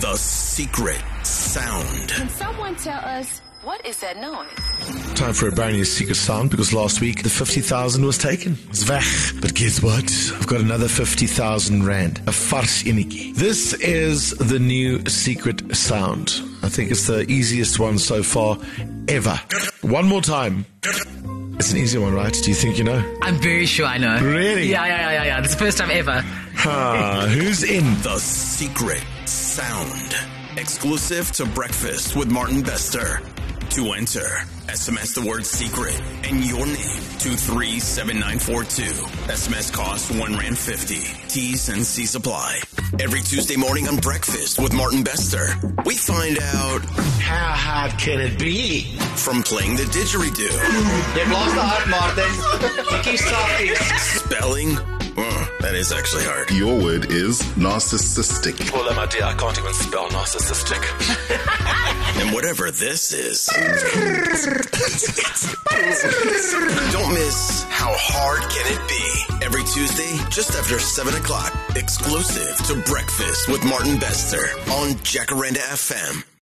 The secret sound. Can someone tell us what is that noise? Time for a brand new secret sound because last week the 50,000 was taken. It's weg. But guess what? I've got another 50,000 rand. A fars iniki. This is the new secret sound. I think it's the easiest one so far ever. One more time. It's an easy one, right? Do you think you know? I'm very sure I know. Really? Yeah, yeah, yeah, yeah. yeah. It's the first time ever. Ah, who's in? The Secret Sound. Exclusive to Breakfast with Martin Bester. To enter, SMS the word secret and your name to 37942. SMS costs 1 Rand 50. T's and C supply. Every Tuesday morning on Breakfast with Martin Bester, we find out How hard can it be? from playing the didgeridoo, You've lost the heart, Martin. You keep talking. spelling. Uh, that is actually hard. Your word is narcissistic. Well, my dear, I can't even spell narcissistic. And whatever this is. Don't miss How Hard Can It Be? Every Tuesday, just after 7 o'clock, exclusive to Breakfast with Martin Bester on Jacaranda FM.